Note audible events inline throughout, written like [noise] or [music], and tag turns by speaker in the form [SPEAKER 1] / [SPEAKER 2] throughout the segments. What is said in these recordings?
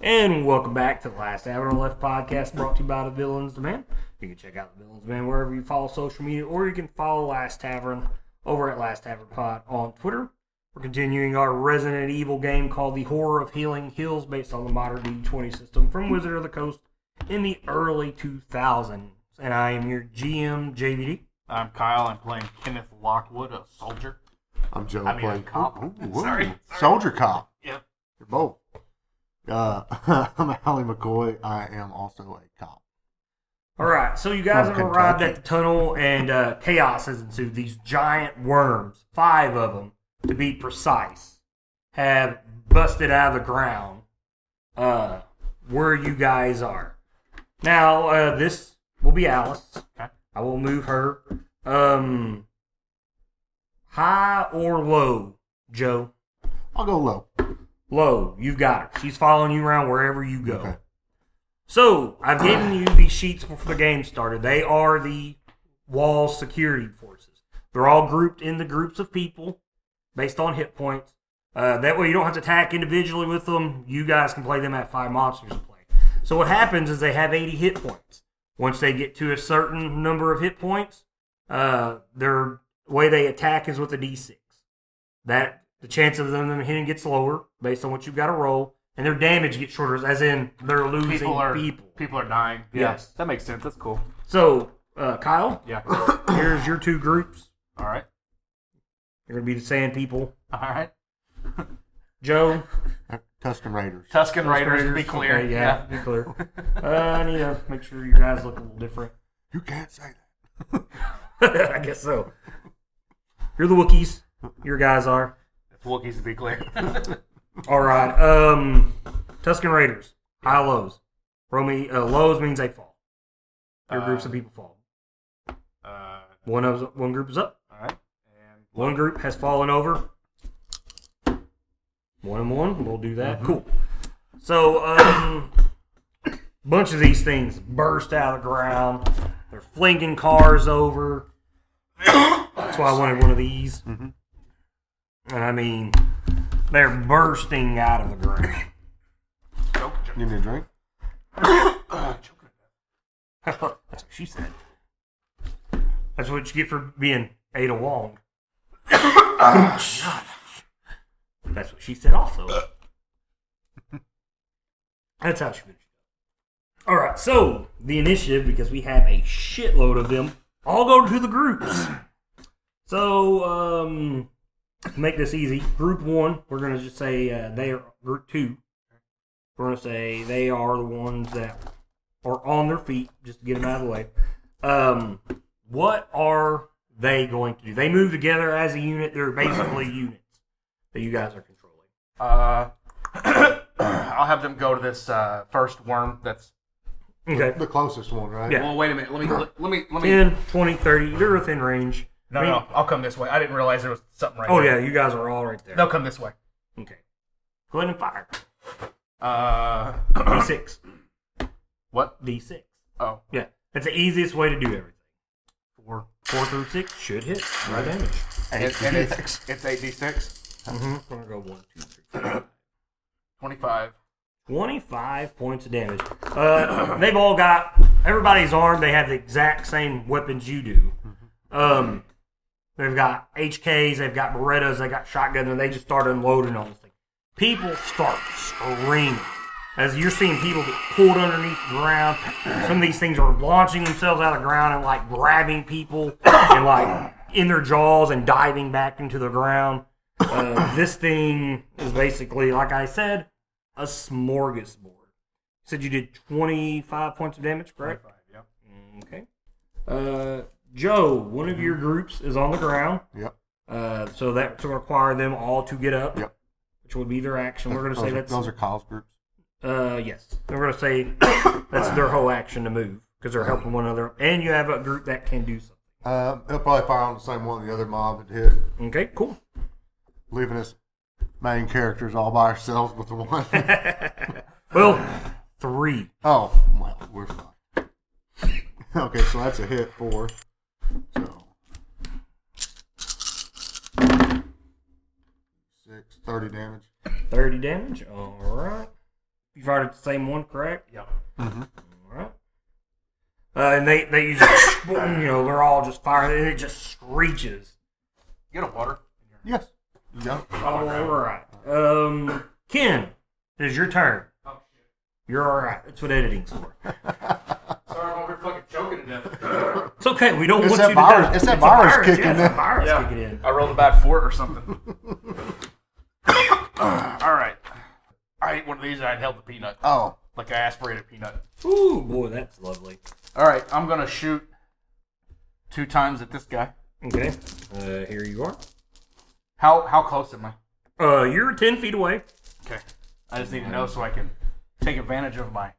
[SPEAKER 1] And welcome back to the Last Avenue Left podcast brought to you by The Villains Demand. You can check out The Villains Demand wherever you follow social media, or you can follow Last Tavern over at Last Tavern Pod on Twitter. We're continuing our Resident Evil game called The Horror of Healing Hills based on the modern D20 system from Wizard of the Coast in the early 2000s. And I am your GM, JVD.
[SPEAKER 2] I'm Kyle. I'm playing Kenneth Lockwood, a soldier.
[SPEAKER 3] I'm Joe
[SPEAKER 2] I mean,
[SPEAKER 3] playing
[SPEAKER 2] a cop. [laughs] Sorry, sorry.
[SPEAKER 3] Soldier Cop.
[SPEAKER 2] Yep.
[SPEAKER 3] You're both. Uh, [laughs] I'm Allie McCoy. I am also a cop.
[SPEAKER 1] All right, so you guys
[SPEAKER 3] From
[SPEAKER 1] have arrived
[SPEAKER 3] Kentucky.
[SPEAKER 1] at the tunnel, and uh, chaos has ensued. These giant worms, five of them to be precise, have busted out of the ground uh, where you guys are. Now, uh, this will be Alice.
[SPEAKER 2] Okay.
[SPEAKER 1] I will move her. Um, high or low, Joe?
[SPEAKER 3] I'll go low.
[SPEAKER 1] Low. You've got her. She's following you around wherever you go.
[SPEAKER 3] Okay.
[SPEAKER 1] So I've given you these sheets before the game started. They are the wall security forces. They're all grouped into groups of people based on hit points. Uh, that way you don't have to attack individually with them. You guys can play them at five monsters to play. So what happens is they have 80 hit points. Once they get to a certain number of hit points, uh, their way they attack is with a d6. That the chance of them hitting gets lower based on what you've got to roll, and their damage gets shorter, as in they're losing
[SPEAKER 2] People are
[SPEAKER 1] people.
[SPEAKER 2] people are dying.
[SPEAKER 1] Yes.
[SPEAKER 2] that makes sense. That's cool.
[SPEAKER 1] So, uh, Kyle, [laughs]
[SPEAKER 2] Yeah.
[SPEAKER 1] here's your two groups.
[SPEAKER 2] All right.
[SPEAKER 1] You're going to be the Sand People.
[SPEAKER 2] All right. [laughs]
[SPEAKER 1] Joe,
[SPEAKER 3] Uh, Tuscan Raiders.
[SPEAKER 2] Tuscan Raiders. To be clear.
[SPEAKER 1] Okay,
[SPEAKER 2] yeah.
[SPEAKER 1] yeah, be clear. Uh, I need to make sure you guys look a little different. [laughs]
[SPEAKER 3] You can't say that.
[SPEAKER 1] I guess so. You're the Wookiees. Your guys are.
[SPEAKER 2] It's [laughs] Wookiees to be clear. [laughs]
[SPEAKER 1] All right. Um, Tuscan Raiders. High lows. Romy, uh, lows means they fall. Your groups of people fall.
[SPEAKER 2] uh, all
[SPEAKER 1] One of one group is up.
[SPEAKER 2] right. And
[SPEAKER 1] One group has fallen over. One and one. We'll do
[SPEAKER 2] Mm-hmm.
[SPEAKER 1] that. Cool. So, um, bunch of these things burst out of the ground. They're flinging cars over. [coughs] That's why I wanted one of these.
[SPEAKER 2] Mm-hmm.
[SPEAKER 1] And I mean, they're bursting out of the ground.
[SPEAKER 2] choke, choke,
[SPEAKER 3] You need a drink?
[SPEAKER 2] uh, choke.
[SPEAKER 1] That's what she said. That's what you get for being Ada Wong. [coughs] That's what she said also. That's how she finished. All right, so the initiative, because we have a shitload of them, all go to the groups. So, um, to make this easy, group one, we're going to just say uh, they are group two. We're going to say they are the ones that or on their feet, just to get them out of the way. Um, what are they going to do? They move together as a unit. They're basically units that you guys are controlling.
[SPEAKER 2] Uh, [clears throat] I'll have them go to this uh, first worm. That's.
[SPEAKER 1] Okay.
[SPEAKER 3] The closest one, right?
[SPEAKER 1] Yeah.
[SPEAKER 2] Well, wait a minute. Let me. Let, me. Let me.
[SPEAKER 1] 10, 20, 30. You're within range.
[SPEAKER 2] No,
[SPEAKER 1] I mean-
[SPEAKER 2] no. I'll come this way. I didn't realize there was something right.
[SPEAKER 1] Oh,
[SPEAKER 2] here.
[SPEAKER 1] yeah. You guys are all right there.
[SPEAKER 2] They'll come this way.
[SPEAKER 1] Okay. Go ahead and fire.
[SPEAKER 2] Uh, [coughs]
[SPEAKER 1] D6.
[SPEAKER 2] what?
[SPEAKER 1] D6.
[SPEAKER 2] Oh,
[SPEAKER 1] Yeah. That's the easiest way to do everything.
[SPEAKER 2] four.
[SPEAKER 1] Four through six should hit. No damage.
[SPEAKER 2] And, and it's it's eight d six.
[SPEAKER 1] Mm-hmm. I'm going to go one, two, three, four.
[SPEAKER 2] 25.
[SPEAKER 1] 25 points of damage. Uh, they've all got, everybody's armed. They have the exact same weapons you do. Um, they've got HKs, they've got Berettas, they got shotguns, and they just start unloading on this thing. People start screaming as you're seeing people get pulled underneath the ground. Some of these things are launching themselves out of the ground and like grabbing people and like in their jaws and diving back into the ground. Uh, this thing is basically, like I said, a smorgasbord. You said you did 25 points of damage, correct? Mm,
[SPEAKER 2] Yep.
[SPEAKER 1] Okay. Uh, Joe, one of your groups is on the ground,
[SPEAKER 3] Yep.
[SPEAKER 1] uh, so that to require them all to get up,
[SPEAKER 3] Yep.
[SPEAKER 1] which would be their action. We're going to
[SPEAKER 3] those,
[SPEAKER 1] say
[SPEAKER 3] are,
[SPEAKER 1] that's
[SPEAKER 3] those are Kyle's groups.
[SPEAKER 1] uh, yes. We're going to say [coughs] that's their whole action to move because they're helping one another, and you have a group that can do something.
[SPEAKER 3] Uh, they'll probably fire on the same one the other mob had hit,
[SPEAKER 1] Okay, cool. [laughs]
[SPEAKER 3] leaving us main characters all by ourselves with the one.
[SPEAKER 2] [laughs]
[SPEAKER 1] Well, three.
[SPEAKER 3] oh, well, we're fine. [laughs] okay, so that's a hit four. So six, 30 damage.
[SPEAKER 1] 30 damage. All right. You fired at the same one, correct?
[SPEAKER 2] Yep.
[SPEAKER 1] All right. Uh, and they they usually [coughs] you know they're all just firing and it just screeches.
[SPEAKER 2] Get a water.
[SPEAKER 3] Yes. Yep.
[SPEAKER 1] All right. Um, Ken, it is your turn.
[SPEAKER 2] Oh, shit.
[SPEAKER 1] You're all right. That's what editing's for.
[SPEAKER 2] Sorry, I'm over here fucking choking to death.
[SPEAKER 1] It's okay. We don't
[SPEAKER 3] It's
[SPEAKER 1] want
[SPEAKER 3] that
[SPEAKER 1] you
[SPEAKER 3] virus-
[SPEAKER 1] to die.
[SPEAKER 3] it's that
[SPEAKER 1] a
[SPEAKER 3] virus kicking
[SPEAKER 1] yeah, it's
[SPEAKER 3] in.
[SPEAKER 1] that virus
[SPEAKER 2] Yeah.
[SPEAKER 1] kicking in.
[SPEAKER 2] I rolled a bad fort or [laughs] something. [coughs] All right. I ate one of these and I'd held the peanut.
[SPEAKER 3] Oh.
[SPEAKER 2] Like I aspirated a peanut.
[SPEAKER 1] Ooh, boy, that's lovely.
[SPEAKER 2] All right, I'm going to shoot two times at this guy.
[SPEAKER 1] Okay. Uh, here you are.
[SPEAKER 2] How how close am I?
[SPEAKER 1] Uh, you're ten feet away.
[SPEAKER 2] Okay. I just need to know so I can take advantage of my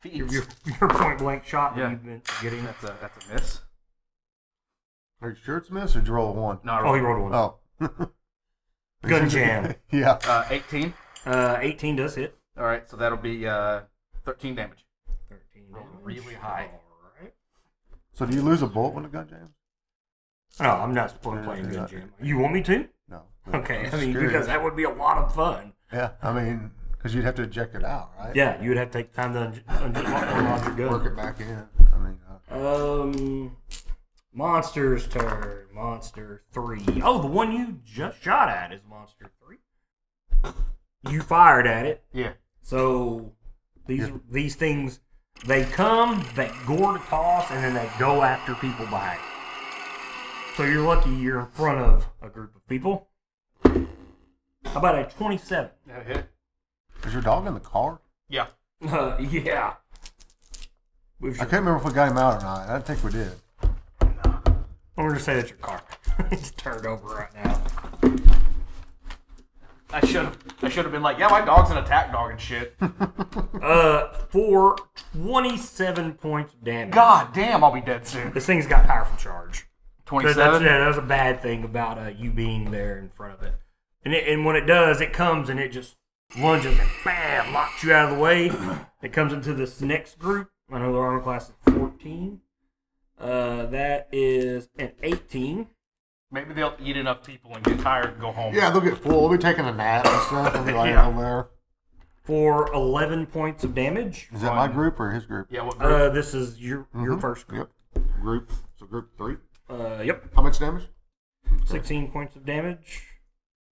[SPEAKER 2] feet.
[SPEAKER 1] Your, [laughs] your point blank shot that
[SPEAKER 2] Yeah.
[SPEAKER 1] you've been getting.
[SPEAKER 2] That's a that's a miss.
[SPEAKER 3] Are you sure it's a miss or did you roll a one?
[SPEAKER 2] No, I
[SPEAKER 1] Oh, he
[SPEAKER 2] rolled,
[SPEAKER 1] rolled one.
[SPEAKER 3] Oh.
[SPEAKER 1] [laughs] Gun jam.
[SPEAKER 3] [laughs] yeah.
[SPEAKER 2] uh, 18.
[SPEAKER 1] Uh, 18 does hit.
[SPEAKER 2] All right, so that'll be uh, 13 damage.
[SPEAKER 1] 13.
[SPEAKER 2] Rolled really high.
[SPEAKER 1] Alright.
[SPEAKER 3] So do you lose a bolt when a gun jam?
[SPEAKER 1] No, I'm not supposed to play
[SPEAKER 3] Yeah,
[SPEAKER 1] Gun
[SPEAKER 3] not-
[SPEAKER 1] Jam. You want me to?
[SPEAKER 3] No.
[SPEAKER 1] [laughs] Okay.
[SPEAKER 3] I'm
[SPEAKER 1] I mean,
[SPEAKER 3] just
[SPEAKER 1] because
[SPEAKER 3] curious.
[SPEAKER 1] that would be a lot of fun.
[SPEAKER 3] Yeah. I mean, because you'd have to eject it out, right?
[SPEAKER 1] Yeah, you would have to take time to un- un- unlock your
[SPEAKER 3] Work
[SPEAKER 1] gun.
[SPEAKER 3] it back in. I mean, uh,
[SPEAKER 1] Um, monster's turn. Monster three. Oh, the one you just shot at is monster three. You fired at it.
[SPEAKER 2] Yeah.
[SPEAKER 1] So these these things they come, they gore to toss, and then they go after people behind. So you're lucky you're in front of a group of people. How about a 27?
[SPEAKER 2] That hit?
[SPEAKER 3] is your dog in the car?
[SPEAKER 2] Yeah.
[SPEAKER 1] Uh, [laughs] yeah. With your-
[SPEAKER 3] I can't remember if we got him out or not. I don't think we did.
[SPEAKER 1] I'm going to say that's your car. [laughs] it's turned over right now.
[SPEAKER 2] I should have I should have been like, yeah, my dog's an attack dog and shit.
[SPEAKER 1] Uh, for 27 points of damage.
[SPEAKER 2] God damn, I'll be dead soon.
[SPEAKER 1] This thing's got powerful charge. So that's,
[SPEAKER 2] 27.
[SPEAKER 1] yeah, that's a bad thing about uh, you being there in front of it. And, it. and when it does, it comes and it just lunges and bam, knocks you out of the way. It comes into this next group. I know the armor class is 14. Uh, that is an 18.
[SPEAKER 2] Maybe they'll eat enough people and get tired and go home.
[SPEAKER 3] Yeah, they'll get full. They'll be taking a nap and stuff. They'll be laying
[SPEAKER 1] Yeah.
[SPEAKER 3] over there.
[SPEAKER 1] For 11 points of damage.
[SPEAKER 3] Is that my
[SPEAKER 2] One.
[SPEAKER 3] group or his group?
[SPEAKER 2] Yeah, what group?
[SPEAKER 1] Uh, this is your your
[SPEAKER 3] Mhm.
[SPEAKER 1] first group.
[SPEAKER 3] Yep. Group. So group three.
[SPEAKER 1] Uh, yep.
[SPEAKER 3] How much damage?
[SPEAKER 1] 16 points of damage.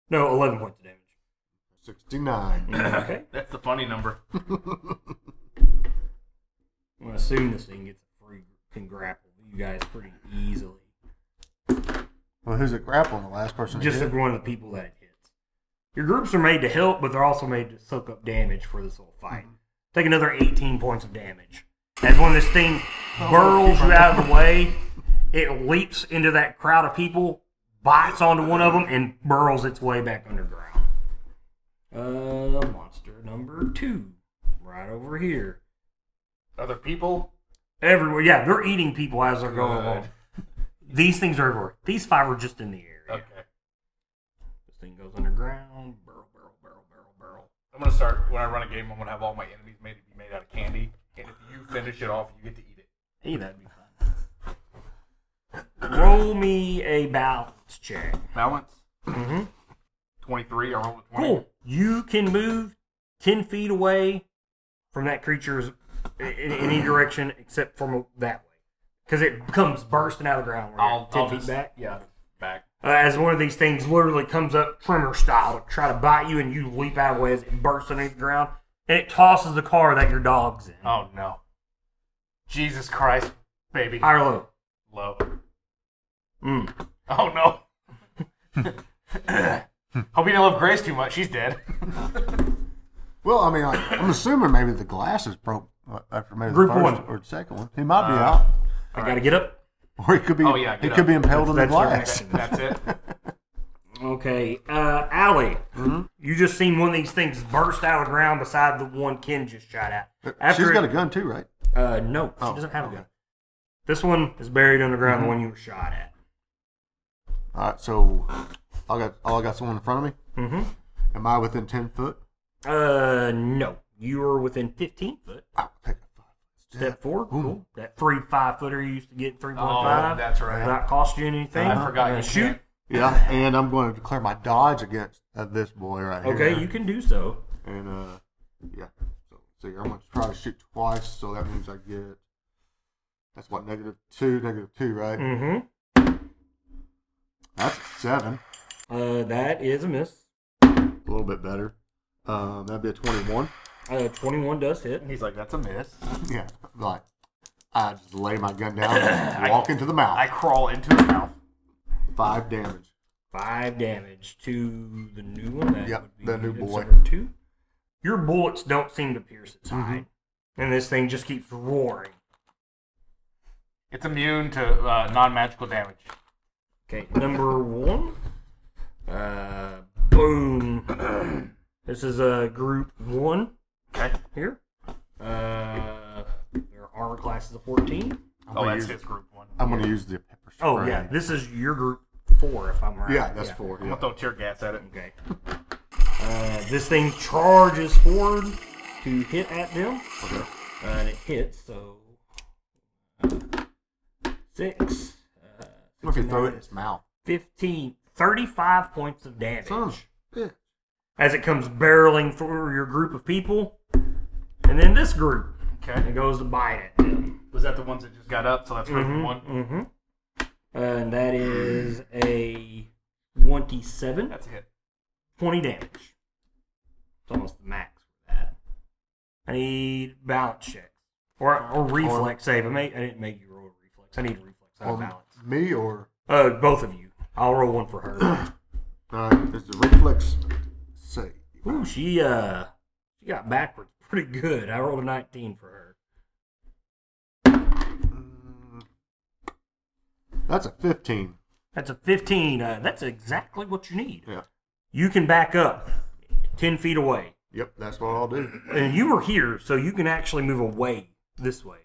[SPEAKER 1] No, 11 points of damage. [laughs]
[SPEAKER 3] 69.
[SPEAKER 2] Uh, [clears throat]
[SPEAKER 1] Okay.
[SPEAKER 2] That's the funny number.
[SPEAKER 1] I'm gonna assume this thing gets free can grapple you guys pretty easily.
[SPEAKER 3] well, who's it grappling? The last person
[SPEAKER 1] Just
[SPEAKER 3] to
[SPEAKER 1] like one of the people that it hits. Your groups are made to help, but they're also made to soak up damage for this whole
[SPEAKER 2] Mm-hmm.
[SPEAKER 1] fight. Take another 18 points of damage. As when this thing
[SPEAKER 2] Oh,
[SPEAKER 1] burls you out of the way, it leaps into that crowd of people, bites onto one of them, and burls its way back underground. Uh, monster number two, right over here.
[SPEAKER 2] Other people?
[SPEAKER 1] Everywhere, yeah, they're eating people as they're going
[SPEAKER 2] Good.
[SPEAKER 1] along. These things are everywhere. These five are just in the area.
[SPEAKER 2] Okay.
[SPEAKER 1] This thing goes underground. Barrel, barrel, barrel, barrel, barrel.
[SPEAKER 2] I'm gonna start when I run a game. I'm gonna have all my enemies made to be made out of candy, and if you finish it off, you get to eat it.
[SPEAKER 1] Hey, that'd be fun.
[SPEAKER 2] [coughs]
[SPEAKER 1] Roll me a balance check.
[SPEAKER 2] Balance. Mm-hmm.
[SPEAKER 1] Mhm.
[SPEAKER 2] Twenty-three. I rolled a twenty.
[SPEAKER 1] Cool. You can move ten feet away from that creature's in, in any direction except from that way, because it comes bursting out of the ground. Where
[SPEAKER 2] I'll,
[SPEAKER 1] you're 10
[SPEAKER 2] I'll
[SPEAKER 1] feet
[SPEAKER 2] just-
[SPEAKER 1] back.
[SPEAKER 2] Yeah, back.
[SPEAKER 1] uh, as one of these things literally comes up trimmer style to try to bite you, and you leap out of the way as it bursts underneath the ground, and it tosses the car that your dog's in.
[SPEAKER 2] Oh no. Jesus Christ, baby.
[SPEAKER 1] High or low?
[SPEAKER 2] Low.
[SPEAKER 1] Mm.
[SPEAKER 2] Oh no. [laughs] Hope you didn't love Grace too much. She's dead. [laughs]
[SPEAKER 3] Well, I mean, like, I'm assuming maybe the glasses broke uh, after maybe
[SPEAKER 1] Group
[SPEAKER 3] the first
[SPEAKER 1] one.
[SPEAKER 3] or the second one. He might be
[SPEAKER 2] Uh,
[SPEAKER 3] out, [laughs]
[SPEAKER 1] I gotta get up.
[SPEAKER 3] or he could be.
[SPEAKER 2] Oh, yeah,
[SPEAKER 3] he
[SPEAKER 2] get
[SPEAKER 3] could
[SPEAKER 2] up.
[SPEAKER 3] be impaled in the
[SPEAKER 1] That's their
[SPEAKER 3] glass.
[SPEAKER 1] next-
[SPEAKER 2] That's it.
[SPEAKER 1] Okay, uh, Allie,
[SPEAKER 3] Hmm?
[SPEAKER 1] you just seen one of these things burst out of the ground beside the one Ken just shot at.
[SPEAKER 3] [laughs] Uh, She's
[SPEAKER 1] it-
[SPEAKER 3] got a gun too, right?
[SPEAKER 1] Uh, no, she
[SPEAKER 3] Oh,
[SPEAKER 1] doesn't have a gun.
[SPEAKER 3] okay. Mm-hmm.
[SPEAKER 1] This one is buried underground. The one you were shot at.
[SPEAKER 3] All right, so I got. Oh, I got someone in front of me.
[SPEAKER 1] Mm-hmm.
[SPEAKER 3] Am I within ten foot?
[SPEAKER 1] Uh, no, you were within fifteen foot.
[SPEAKER 3] I'll take a five.
[SPEAKER 1] Step four,
[SPEAKER 3] Ooh.
[SPEAKER 1] cool. That three five footer you used to get three point five.
[SPEAKER 2] Oh, that's right.
[SPEAKER 1] Not cost you anything. Uh,
[SPEAKER 2] I forgot you
[SPEAKER 1] shoot.
[SPEAKER 2] shoot.
[SPEAKER 3] Yeah, and I'm going to declare my dodge against uh, this boy right here.
[SPEAKER 1] Okay, you can do so.
[SPEAKER 3] And uh, yeah, see, I'm going to try to shoot twice, so that means I get. That's what, negative two, negative two, right?
[SPEAKER 1] Mm-hmm.
[SPEAKER 3] That's a seven.
[SPEAKER 1] Uh, that is a miss.
[SPEAKER 3] A little bit better. Um, that'd be a 21.
[SPEAKER 1] Uh, 21 does hit.
[SPEAKER 2] And he's like, that's a miss.
[SPEAKER 3] Yeah. Like, I just lay my gun down and walk into the mouth.
[SPEAKER 2] I crawl into the mouth.
[SPEAKER 3] Five damage.
[SPEAKER 1] Five damage to the new one. That
[SPEAKER 3] Yep,
[SPEAKER 1] would be
[SPEAKER 3] the new boy. Mm-hmm.
[SPEAKER 1] December Two. Your bullets don't seem to pierce its hide, and this thing just keeps roaring.
[SPEAKER 2] It's immune to uh, non magical damage.
[SPEAKER 1] Okay, number one. Uh,
[SPEAKER 3] [clears throat]
[SPEAKER 1] boom. this is a uh, group one
[SPEAKER 2] Okay?
[SPEAKER 1] here. Uh, their armor class is a 14.
[SPEAKER 3] I'm
[SPEAKER 2] Oh,
[SPEAKER 3] gonna
[SPEAKER 2] that's
[SPEAKER 3] use-
[SPEAKER 2] his group one.
[SPEAKER 3] I'm going to use the pepper spray.
[SPEAKER 1] Oh, yeah, this is your group four, if I'm right.
[SPEAKER 3] Yeah, that's four.
[SPEAKER 2] I'm
[SPEAKER 3] yeah.
[SPEAKER 2] gonna throw tear gas at it.
[SPEAKER 1] Okay. Uh, this thing charges forward to hit at them,
[SPEAKER 3] Okay.
[SPEAKER 1] uh, and it hits. So uh, six, uh,
[SPEAKER 3] What if you throw it in its mouth?
[SPEAKER 1] 15, 35 points of damage
[SPEAKER 3] Son of a bitch.
[SPEAKER 1] as it comes barreling through your group of people, and then this group
[SPEAKER 2] Okay.
[SPEAKER 1] it goes to bite at them.
[SPEAKER 2] Was that the ones that just got up? So that's group one.
[SPEAKER 1] Mm-hmm. and that is a 27,
[SPEAKER 2] That's a hit.
[SPEAKER 1] 20 damage. It's almost the max for that. I need balance checks or or reflex save. I made I didn't make you roll a reflex. I need a reflex, not a
[SPEAKER 3] Or
[SPEAKER 1] balance.
[SPEAKER 3] me or
[SPEAKER 1] Uh, both of you. I'll roll one for her.
[SPEAKER 3] uh, it's the reflex save.
[SPEAKER 1] Ooh, she uh, she got backwards pretty good. I rolled a 19 for her.
[SPEAKER 3] Mm. That's a 15.
[SPEAKER 1] That's a 15. Uh, that's exactly what you need.
[SPEAKER 3] Yeah.
[SPEAKER 1] You can back up 10 feet away.
[SPEAKER 3] Yep, that's what I'll do.
[SPEAKER 1] And you were here, so you can actually move away this way.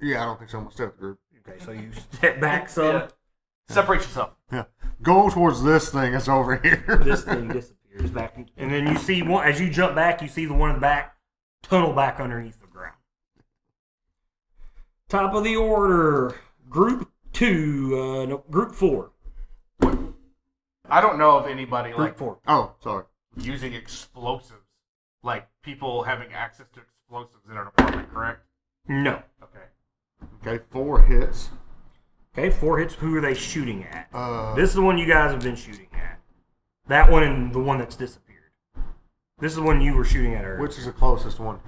[SPEAKER 3] Yeah, I don't think so. I'm going to stay with the group.
[SPEAKER 1] Okay, so you [laughs] step back some.
[SPEAKER 2] Yeah. Separate yourself.
[SPEAKER 3] Yeah. Go towards this thing that's over here.
[SPEAKER 1] [laughs] This thing disappears back. in- And then you see one, as you jump back, you see the one in the back tunnel back underneath the ground. Top of the order, group two, uh, no, group four.
[SPEAKER 2] I don't know of anybody
[SPEAKER 1] Group
[SPEAKER 2] like
[SPEAKER 1] four.
[SPEAKER 3] oh, sorry.
[SPEAKER 2] using explosives, like people having access to explosives in an apartment, correct?
[SPEAKER 1] No.
[SPEAKER 2] Okay.
[SPEAKER 3] Okay, four hits.
[SPEAKER 1] Okay, four hits. Who are they shooting at?
[SPEAKER 3] Uh,
[SPEAKER 1] This is the one you guys have been shooting at. That one and the one that's disappeared. This is the one you were shooting at earlier.
[SPEAKER 3] Which is the closest one?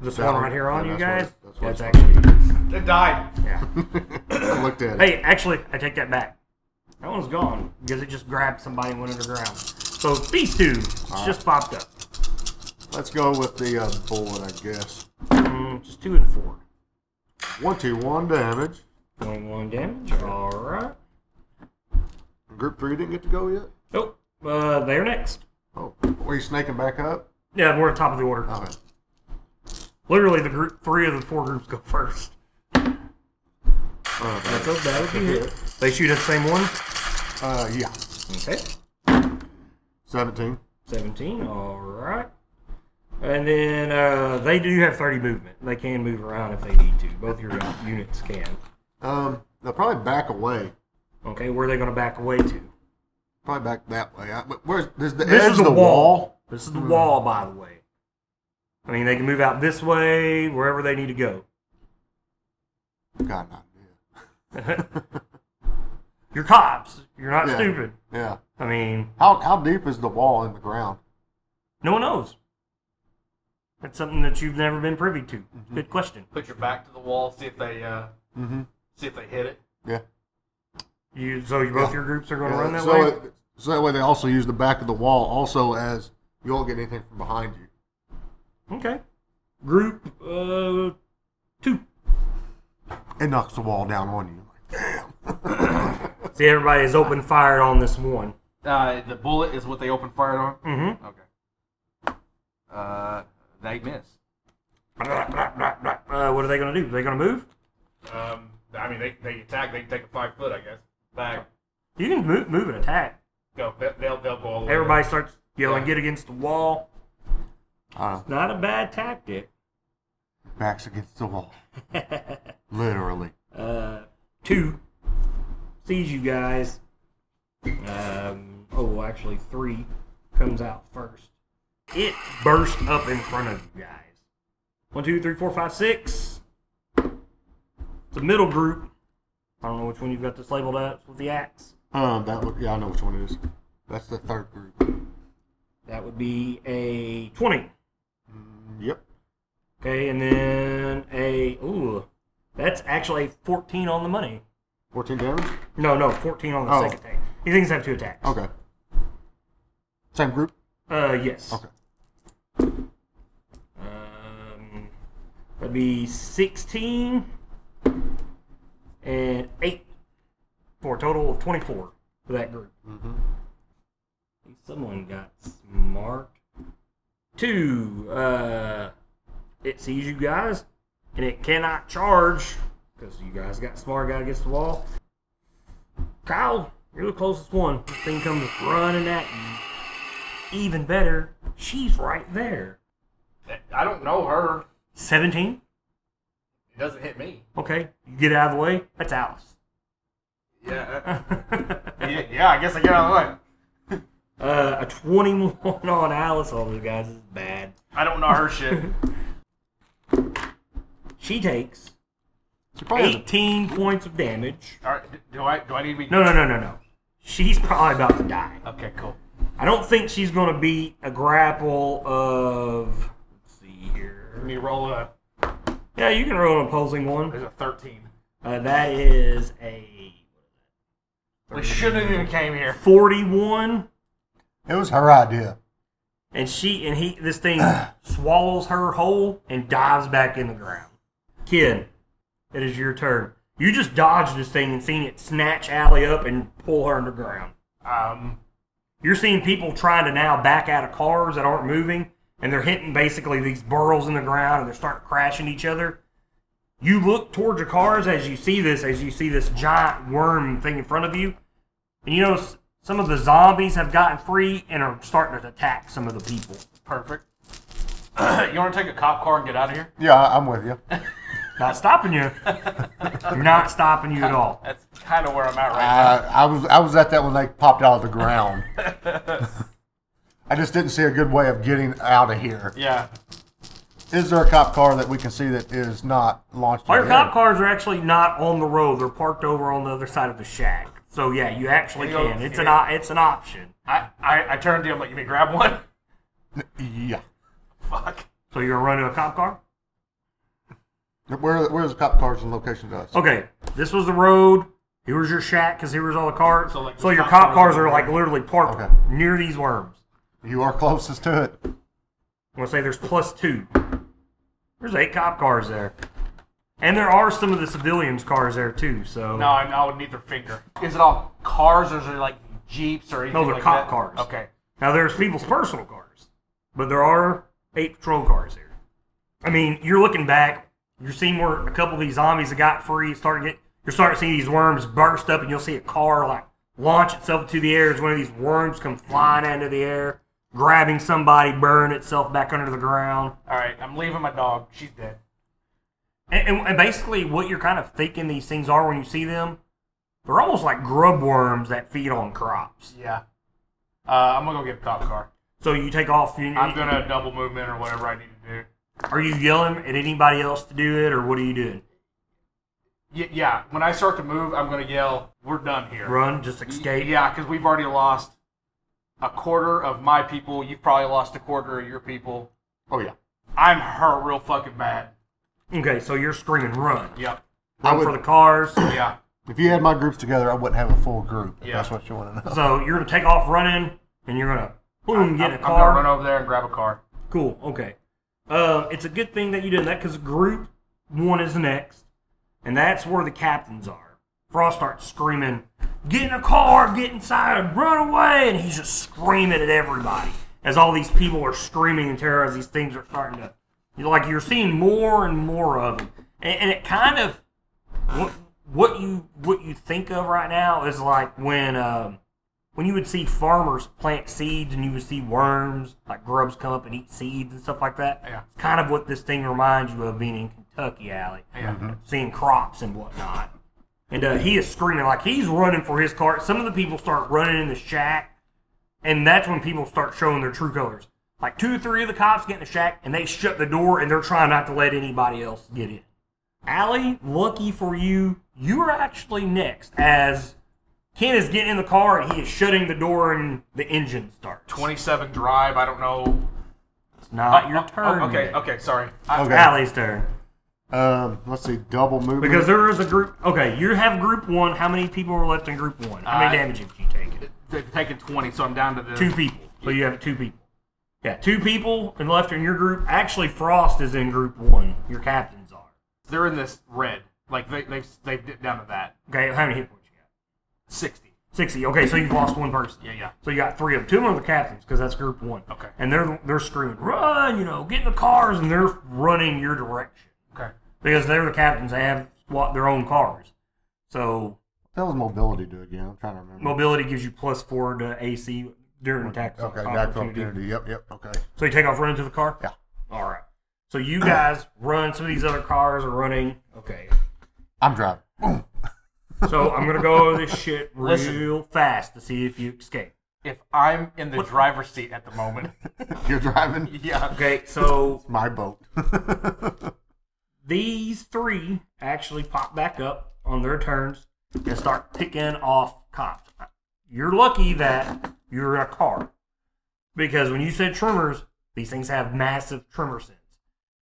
[SPEAKER 1] this
[SPEAKER 3] that
[SPEAKER 1] one
[SPEAKER 3] one?
[SPEAKER 1] right here on
[SPEAKER 3] Yeah,
[SPEAKER 1] you guys?
[SPEAKER 3] that's what it-
[SPEAKER 1] that's
[SPEAKER 3] that's what
[SPEAKER 1] actually.
[SPEAKER 2] It died.
[SPEAKER 1] Yeah. [coughs]
[SPEAKER 3] I [laughs] looked at it.
[SPEAKER 1] hey, actually, I take that back. That one's gone because it just grabbed somebody and went underground. So these two just popped up.
[SPEAKER 3] Let's go with the uh, bullet, I guess.
[SPEAKER 1] Mm, just two and four.
[SPEAKER 3] One, two, one damage.
[SPEAKER 1] 21 damage. All right.
[SPEAKER 3] Group three didn't get to go yet.
[SPEAKER 1] Nope. Uh, they're next.
[SPEAKER 3] Oh, were you snaking back up?
[SPEAKER 1] Yeah, we're at the top of the order.
[SPEAKER 3] Okay.
[SPEAKER 1] Literally, the group, three of the four groups go first.
[SPEAKER 3] Uh,
[SPEAKER 1] So that would be Oh, hit. They shoot at the same one.
[SPEAKER 3] uh, yeah.
[SPEAKER 1] Okay.
[SPEAKER 3] 17.
[SPEAKER 1] 17. All right. And then uh, they do have 30 movement. They can move around if they need to. Both your units can.
[SPEAKER 3] Um, they'll probably back away.
[SPEAKER 1] Okay, where are they going to back away to?
[SPEAKER 3] Probably back that way. I, but where's there's the
[SPEAKER 1] This
[SPEAKER 3] edge
[SPEAKER 1] is
[SPEAKER 3] of
[SPEAKER 1] the
[SPEAKER 3] the
[SPEAKER 1] wall.
[SPEAKER 3] wall. Hmm.
[SPEAKER 1] This is the wall, by the way. I mean, they can move out this way, wherever they need to go. [laughs]
[SPEAKER 3] God, not yeah.
[SPEAKER 1] You're cops. You're not
[SPEAKER 3] Yeah.
[SPEAKER 1] stupid.
[SPEAKER 3] Yeah.
[SPEAKER 1] I mean,
[SPEAKER 3] How how deep is the wall in the ground?
[SPEAKER 1] no one knows. That's something that you've never been privy to. Good question.
[SPEAKER 2] Put your back to the wall. See if they uh,
[SPEAKER 3] Mm-hmm.
[SPEAKER 2] see if they hit it.
[SPEAKER 3] Yeah.
[SPEAKER 1] You so you, both
[SPEAKER 3] Yeah.
[SPEAKER 1] your groups are going to run that
[SPEAKER 3] so
[SPEAKER 1] way.
[SPEAKER 3] It, so that way they also use the back of the wall also as you won't get anything from behind you.
[SPEAKER 1] okay. Group uh two.
[SPEAKER 3] It knocks the wall down on you.
[SPEAKER 1] See, everybody has opened fire on this one.
[SPEAKER 2] Uh, the bullet is what they opened fire on.
[SPEAKER 1] Mm-hmm.
[SPEAKER 2] Okay. Uh, they miss.
[SPEAKER 1] Uh, what are they going to do? Are they going to move?
[SPEAKER 2] Um, I mean, they, they attack. They take a five foot, I guess. Back.
[SPEAKER 1] You can move, move and attack.
[SPEAKER 2] Go. They- They'll they'll go all the way.
[SPEAKER 1] Everybody starts yelling,
[SPEAKER 2] Yeah.
[SPEAKER 1] get against the wall.
[SPEAKER 3] Uh,
[SPEAKER 1] Not a bad tactic. [laughs]
[SPEAKER 3] backs against the wall. Literally.
[SPEAKER 1] Uh, two sees you guys. Um, oh, actually, three comes out first. It burst up in front of you guys. One, two, three, four, five, six. The middle group. I don't know which one you've got this labeled at with the axe.
[SPEAKER 3] Um, that look. Yeah, I know which one it is. That's the third group.
[SPEAKER 1] That would be a 20.
[SPEAKER 3] Mm, Yep.
[SPEAKER 1] Okay, and then a. Ooh. That's actually a 14 on the money.
[SPEAKER 3] 14 damage.
[SPEAKER 1] No, no, 14 on the
[SPEAKER 3] Oh.
[SPEAKER 1] second attack. He thinks I have two attacks.
[SPEAKER 3] Okay. Same group.
[SPEAKER 1] Uh, yes.
[SPEAKER 3] Okay.
[SPEAKER 1] Um, that'd be 16 and 8 for a total of 24 for that group. Someone got smart. Two, uh, it sees you guys and it cannot charge because you guys got smart, got against the wall. Kyle, you're the closest one. This thing comes running at you. Even better, she's right there.
[SPEAKER 2] I don't know her.
[SPEAKER 1] 17?
[SPEAKER 2] It doesn't hit me.
[SPEAKER 1] Okay. You get out of the way. That's Alice. [laughs]
[SPEAKER 2] [laughs] Yeah. uh, yeah, yeah, I guess I get out of the way.
[SPEAKER 1] Uh, a 21 on Alice, all those guys is bad.
[SPEAKER 2] I don't know her [laughs] shit.
[SPEAKER 1] She takes
[SPEAKER 3] She probably has a-
[SPEAKER 1] 18 points of damage.
[SPEAKER 2] All right, d- do I do I need to be?
[SPEAKER 1] No, no, no, no, no. She's probably about to die.
[SPEAKER 2] Okay, cool.
[SPEAKER 1] I don't think she's going to beat a grapple of. Let's see
[SPEAKER 2] Let
[SPEAKER 1] here.
[SPEAKER 2] me roll a.
[SPEAKER 1] Yeah, you can roll an opposing one.
[SPEAKER 2] There's a thirteen.
[SPEAKER 1] Uh, that is a
[SPEAKER 2] We shouldn't have even came here.
[SPEAKER 1] 41.
[SPEAKER 4] It was her idea.
[SPEAKER 1] And she and he, this thing swallows her whole and dives back in the ground. Kid, it is your turn. You just dodged this thing and seen it snatch Allie up and pull her underground.
[SPEAKER 2] Um,
[SPEAKER 1] You're seeing people trying to now back out of cars that aren't moving, and they're hitting basically these burrows in the ground, and they're starting crashing each other. You look towards your cars as you see this, as you see this giant worm thing in front of you, and you notice some of the zombies have gotten free and are starting to attack some of the people.
[SPEAKER 2] perfect. [clears throat] you want to take a cop car and get out of here?
[SPEAKER 4] Yeah, I- I'm with you.
[SPEAKER 1] Not stopping you. [laughs] Not stopping you at all.
[SPEAKER 2] That's kind of where I'm at right
[SPEAKER 4] I, I was I was at that when they popped out of the
[SPEAKER 1] [laughs]
[SPEAKER 4] ground. I just didn't see a good way of getting out of here.
[SPEAKER 2] now. Yeah.
[SPEAKER 4] Is there a cop car that we can see that is not launched? in
[SPEAKER 1] All your
[SPEAKER 4] the air?
[SPEAKER 1] cop cars are actually not on the road; they're parked over on the other side of the shack. So yeah, you actually
[SPEAKER 2] You go-
[SPEAKER 1] can. It's an o- it's an option.
[SPEAKER 2] I, I, I turned to him like, you mean grab one? [laughs]
[SPEAKER 4] Yeah.
[SPEAKER 2] Fuck.
[SPEAKER 1] So you're gonna run to a cop car.
[SPEAKER 3] Where where's the cop cars and location to us?
[SPEAKER 1] Okay, this was the road. Here was your shack because here was all the cars. So,
[SPEAKER 2] So, like, the
[SPEAKER 1] your
[SPEAKER 2] cop
[SPEAKER 1] cop cars
[SPEAKER 2] cars
[SPEAKER 1] are
[SPEAKER 2] are
[SPEAKER 1] like literally parked
[SPEAKER 4] Okay.
[SPEAKER 1] near these worms.
[SPEAKER 4] You are closest to it.
[SPEAKER 1] I'm gonna say there's plus two. There's eight cop cars there, and there are some of the civilians' cars there too. So
[SPEAKER 2] No, I, I would need their finger. Is it all cars or is it like Jeeps or anything
[SPEAKER 1] they're
[SPEAKER 2] like
[SPEAKER 1] cop
[SPEAKER 2] that?
[SPEAKER 1] cars.
[SPEAKER 2] Okay.
[SPEAKER 1] Now there's people's personal cars, but there are eight patrol cars here. I mean, you're looking back, you're seeing where a couple of these zombies that got free start get you're starting to see these worms burst up and you'll see a car like launch itself into the air as one of these worms come flying out into the air, grabbing somebody, burn itself back under the ground.
[SPEAKER 2] All right, I'm leaving my dog. She's dead.
[SPEAKER 1] And, and, and basically what you're kind of thinking these things are when you see them, they're almost like grub worms that feed on crops.
[SPEAKER 2] Yeah. Uh, I'm gonna go get a cop car.
[SPEAKER 1] So you take off. You,
[SPEAKER 2] I'm gonna double movement or whatever I need to do.
[SPEAKER 1] Are you yelling at anybody else to do it, or what are you doing?
[SPEAKER 2] Y- yeah. When I start to move, I'm gonna yell, "We're done here."
[SPEAKER 1] Run, just escape.
[SPEAKER 2] Yeah, because we've already lost a quarter of my people. You've probably lost a quarter of your people.
[SPEAKER 3] Oh yeah.
[SPEAKER 2] I'm hurt real fucking bad.
[SPEAKER 1] Okay, so you're screaming run.
[SPEAKER 2] Yep.
[SPEAKER 1] Run
[SPEAKER 3] would-
[SPEAKER 1] for the cars. [coughs]
[SPEAKER 2] Yeah.
[SPEAKER 4] If you had my groups together, I wouldn't have a full group. If
[SPEAKER 2] Yeah.
[SPEAKER 4] That's what you want
[SPEAKER 1] [laughs]
[SPEAKER 4] to know.
[SPEAKER 1] so you're gonna take off running, and you're gonna boom get
[SPEAKER 2] I'm,
[SPEAKER 1] in a
[SPEAKER 2] I'm gonna run
[SPEAKER 1] car.
[SPEAKER 2] over there and grab a car.
[SPEAKER 1] Cool. Okay. Uh, it's a good thing that you did that because group one is next, and that's where the captains are. Frost starts screaming, "Get in a car! Get inside! and Run away!" And he's just screaming at everybody as all these people are screaming in terror as these things are starting to you know, like you're seeing more and more of them, and, and it kind of what what you what you think of right now is like when um, when you would see farmers plant seeds and you would see worms like grubs come up and eat seeds and stuff like that.
[SPEAKER 2] Yeah.
[SPEAKER 1] It's kind of what this thing reminds you of being in Kentucky, Alley,
[SPEAKER 2] Yeah.
[SPEAKER 1] seeing crops and whatnot. And uh, he is screaming like he's running for his car. Some of the people start running in the shack, and that's when people start showing their true colors. Like two or three of the cops get in the shack and they shut the door and they're trying not to let anybody else get in. Allie, lucky for you, you are actually next as Ken is getting in the car and he is shutting the door and the engine starts.
[SPEAKER 2] 27 drive. I don't know.
[SPEAKER 1] It's not
[SPEAKER 2] Oh,
[SPEAKER 1] your
[SPEAKER 2] oh,
[SPEAKER 1] turn.
[SPEAKER 2] okay,
[SPEAKER 1] yet.
[SPEAKER 2] okay, sorry. I,
[SPEAKER 4] Okay.
[SPEAKER 1] Allie's turn.
[SPEAKER 4] Um, let's see, double movement.
[SPEAKER 1] Because there is a group. Okay, you have group one. How many people are left in group one? How many
[SPEAKER 2] Uh,
[SPEAKER 1] damage have you taken?
[SPEAKER 2] They've taken 20, so I'm down to the
[SPEAKER 1] Two people. So you have two people. Yeah, two people and left in your group. Actually, Frost is in group one. Your captains are.
[SPEAKER 2] They're in this red. Like, they, they've, they've dipped down to that.
[SPEAKER 1] Okay, how many hit points you got?
[SPEAKER 2] 60.
[SPEAKER 1] 60. Okay, so you've lost one person.
[SPEAKER 2] Yeah, yeah.
[SPEAKER 1] So you got three of them. Two of them are the captains because that's group one.
[SPEAKER 2] Okay.
[SPEAKER 1] And they're they're screaming, run, you know, get in the cars, and they're running your direction
[SPEAKER 2] Okay.
[SPEAKER 1] because they're the captains. They have what their own cars. So
[SPEAKER 4] that was mobility do again. I'm trying to remember.
[SPEAKER 1] mobility gives you plus four to AC during attack.
[SPEAKER 4] okay, back from
[SPEAKER 1] opportunity.
[SPEAKER 4] opportunity. Yep, yep. Okay.
[SPEAKER 1] So you take off running to the car?
[SPEAKER 4] Yeah.
[SPEAKER 1] All right. So you guys [clears throat] run. Some of these other cars are running. Okay.
[SPEAKER 4] I'm driving. [laughs] Boom.
[SPEAKER 1] So I'm going to go over this shit real
[SPEAKER 2] Listen.
[SPEAKER 1] fast to see if you escape.
[SPEAKER 2] If I'm in the driver's seat at the [laughs] moment.
[SPEAKER 4] You're driving
[SPEAKER 2] yeah.
[SPEAKER 1] Okay. So
[SPEAKER 4] my boat. [laughs]
[SPEAKER 1] Hmm. these three actually pop back up on their turns and start picking off cops. You're lucky that you're in a car because when you said tremors, these things have massive tremor sense.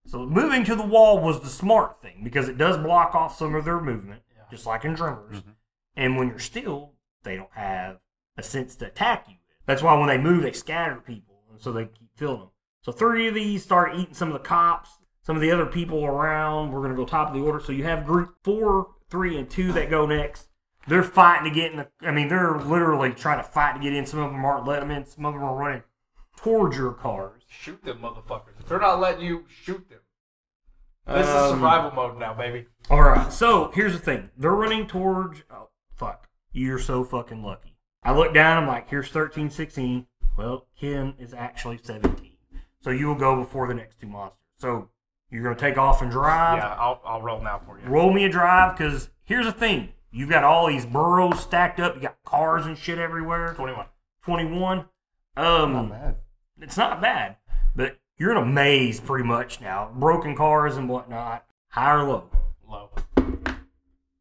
[SPEAKER 1] So moving to the wall was the smart thing because it does block off some of their movement, just like in tremors. And when you're still, they don't have a sense to attack you. That's why when they move, they scatter people, and so they keep filling them. So three of these start eating some of the cops, some of the other people around. We're gonna go top of the order. So you have group four, three, and two that go next. They're fighting to get in the. I mean, they're literally trying to fight to get in. Some of them aren't letting them in. Some of them are running towards your cars.
[SPEAKER 2] Shoot them, motherfuckers. If they're not letting you, shoot them. This is
[SPEAKER 1] Um,
[SPEAKER 2] survival mode now, baby.
[SPEAKER 1] All right. So here's the thing. They're running towards. Oh fuck! You're so fucking lucky. I look down. I'm like, here's 13, 16. Well, Ken is actually 17. So you will go before the next two monsters. So you're gonna take off and drive.
[SPEAKER 2] Yeah, I'll, I'll roll now for you.
[SPEAKER 1] Roll me a drive, because here's the thing. You've got all these burrows stacked up. You got cars and shit everywhere.
[SPEAKER 2] 21.
[SPEAKER 1] 21. Um,
[SPEAKER 4] Not bad.
[SPEAKER 1] it's not bad, but you're in a maze pretty much now. Broken cars and whatnot. High or low.
[SPEAKER 2] Low.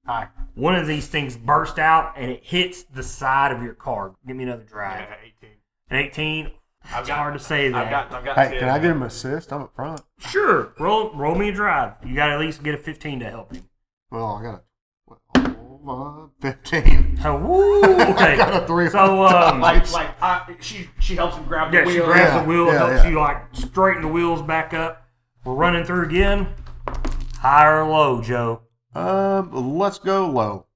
[SPEAKER 2] High.
[SPEAKER 1] One of these things burst out and it hits the side of your car. Give me another drive.
[SPEAKER 2] Yeah, 18.
[SPEAKER 1] An 18.
[SPEAKER 2] I've
[SPEAKER 1] It's hard to say that.
[SPEAKER 2] I've got, I've got
[SPEAKER 4] Hey,
[SPEAKER 2] 10.
[SPEAKER 4] can I give him assist? I'm up front.
[SPEAKER 1] Sure. Roll roll me a drive. You got to at least get a 15 to help him.
[SPEAKER 4] Well, I got a what, oh, uh, [laughs] 15.
[SPEAKER 1] So, woo! Okay.
[SPEAKER 4] got a three
[SPEAKER 1] so,
[SPEAKER 4] on [laughs]
[SPEAKER 1] um,
[SPEAKER 2] Like, like I, she, she helps him grab the
[SPEAKER 1] Yeah, she
[SPEAKER 2] wheel.
[SPEAKER 1] grabs
[SPEAKER 4] Yeah,
[SPEAKER 1] the wheel,
[SPEAKER 4] yeah,
[SPEAKER 1] helps
[SPEAKER 4] yeah.
[SPEAKER 1] you like straighten the wheels back up. We're running through again. High or low, Joe?
[SPEAKER 4] Um, let's go low.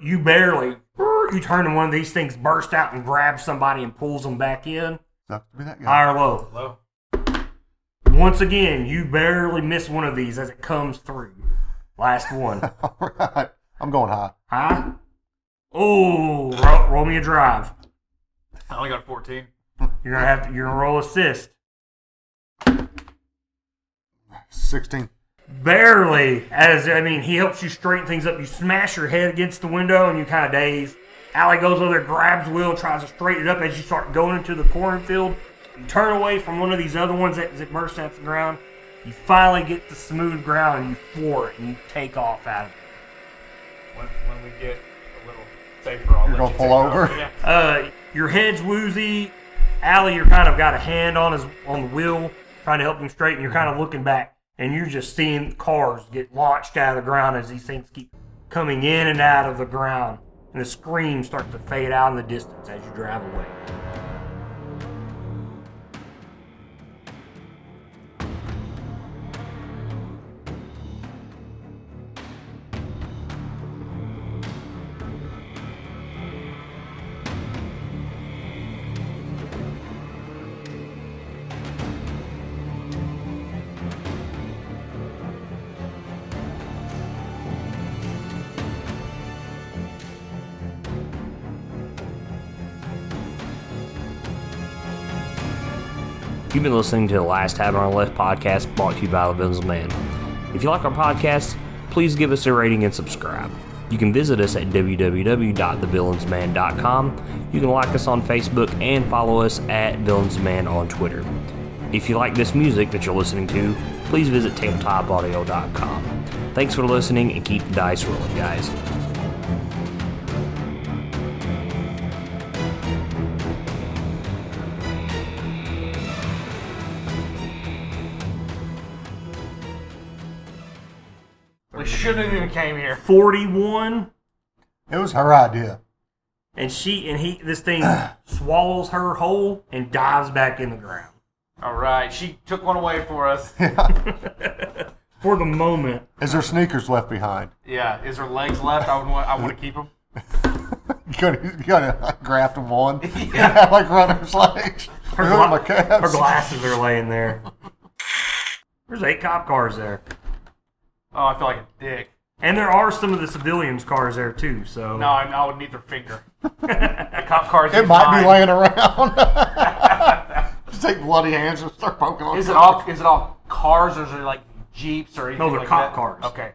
[SPEAKER 1] You barely. You turn and one of these things bursts out and grabs somebody and pulls them back in.
[SPEAKER 4] Sucks to be that guy.
[SPEAKER 1] High or low?
[SPEAKER 2] Low.
[SPEAKER 1] Once again, you barely miss one of these as it comes through. Last one.
[SPEAKER 4] [laughs]
[SPEAKER 3] [laughs]
[SPEAKER 4] All right. I'm going high.
[SPEAKER 1] High. Oh, roll, roll me a drive.
[SPEAKER 2] I only got 14.
[SPEAKER 1] You're gonna have to. You're gonna roll assist.
[SPEAKER 4] 16.
[SPEAKER 1] Barely, as I mean, he helps you straighten things up. You smash your head against the window and you kind of daze. Allie goes over there, grabs Will, tries to straighten it up as you start going into the cornfield. You turn away from one of these other ones that, that bursts out the ground. You finally get the smooth ground and you floor it and you take off out of it.
[SPEAKER 2] When, when we get a little safer, I'll
[SPEAKER 4] You're
[SPEAKER 2] let
[SPEAKER 4] gonna
[SPEAKER 2] you
[SPEAKER 4] pull
[SPEAKER 2] take
[SPEAKER 4] over?
[SPEAKER 2] Yeah.
[SPEAKER 1] Uh, your head's woozy. Allie, you're kind of got a hand on his on the wheel, trying to help him straighten. You're kind of looking back, and you're just seeing cars get launched out of the ground as these things keep coming in and out of the ground, and the screams start to fade out in the distance as you drive away. You've been listening to the Last Tab on Our Left podcast brought to you by The Benzel Man. If you like our podcast, please give us a rating and subscribe. You can visit us at www.thebillinsman.com. You can like us on Facebook and follow us at Billensman on Twitter.
[SPEAKER 5] If you like this music that you're listening to, please visit tabletopaudio.com. Thanks for listening and keep the dice rolling, guys.
[SPEAKER 2] We shouldn't have even came here.
[SPEAKER 1] 41
[SPEAKER 3] It was her idea.
[SPEAKER 1] and she and he this [sighs] thing swallows her whole and dives back in the ground
[SPEAKER 2] All right, she took one away for us.
[SPEAKER 1] for the moment
[SPEAKER 3] Is there sneakers left behind?
[SPEAKER 4] [laughs]
[SPEAKER 2] Yeah, is her legs left? I would want. I want to keep them.
[SPEAKER 3] You gotta, you gotta graft them
[SPEAKER 1] [laughs]
[SPEAKER 3] on.
[SPEAKER 4] [laughs]
[SPEAKER 2] Yeah.
[SPEAKER 3] like runner's legs.
[SPEAKER 1] her,
[SPEAKER 3] Ooh,
[SPEAKER 1] gla-
[SPEAKER 3] my
[SPEAKER 1] her
[SPEAKER 3] calves.
[SPEAKER 1] glasses are laying there there's eight cop cars there
[SPEAKER 2] Oh, I feel like a dick.
[SPEAKER 1] and there are some of the civilians cars there too so
[SPEAKER 2] No, I, I would need their finger. the cop cars.
[SPEAKER 3] It
[SPEAKER 2] is
[SPEAKER 3] might
[SPEAKER 2] mine.
[SPEAKER 3] be laying around. [laughs] Just take bloody hands and start poking on
[SPEAKER 2] Is
[SPEAKER 3] it.
[SPEAKER 2] it all? Is it all cars or is it like jeeps or anything?
[SPEAKER 1] they're
[SPEAKER 2] like
[SPEAKER 1] cop
[SPEAKER 2] that?
[SPEAKER 1] cars.
[SPEAKER 2] Okay,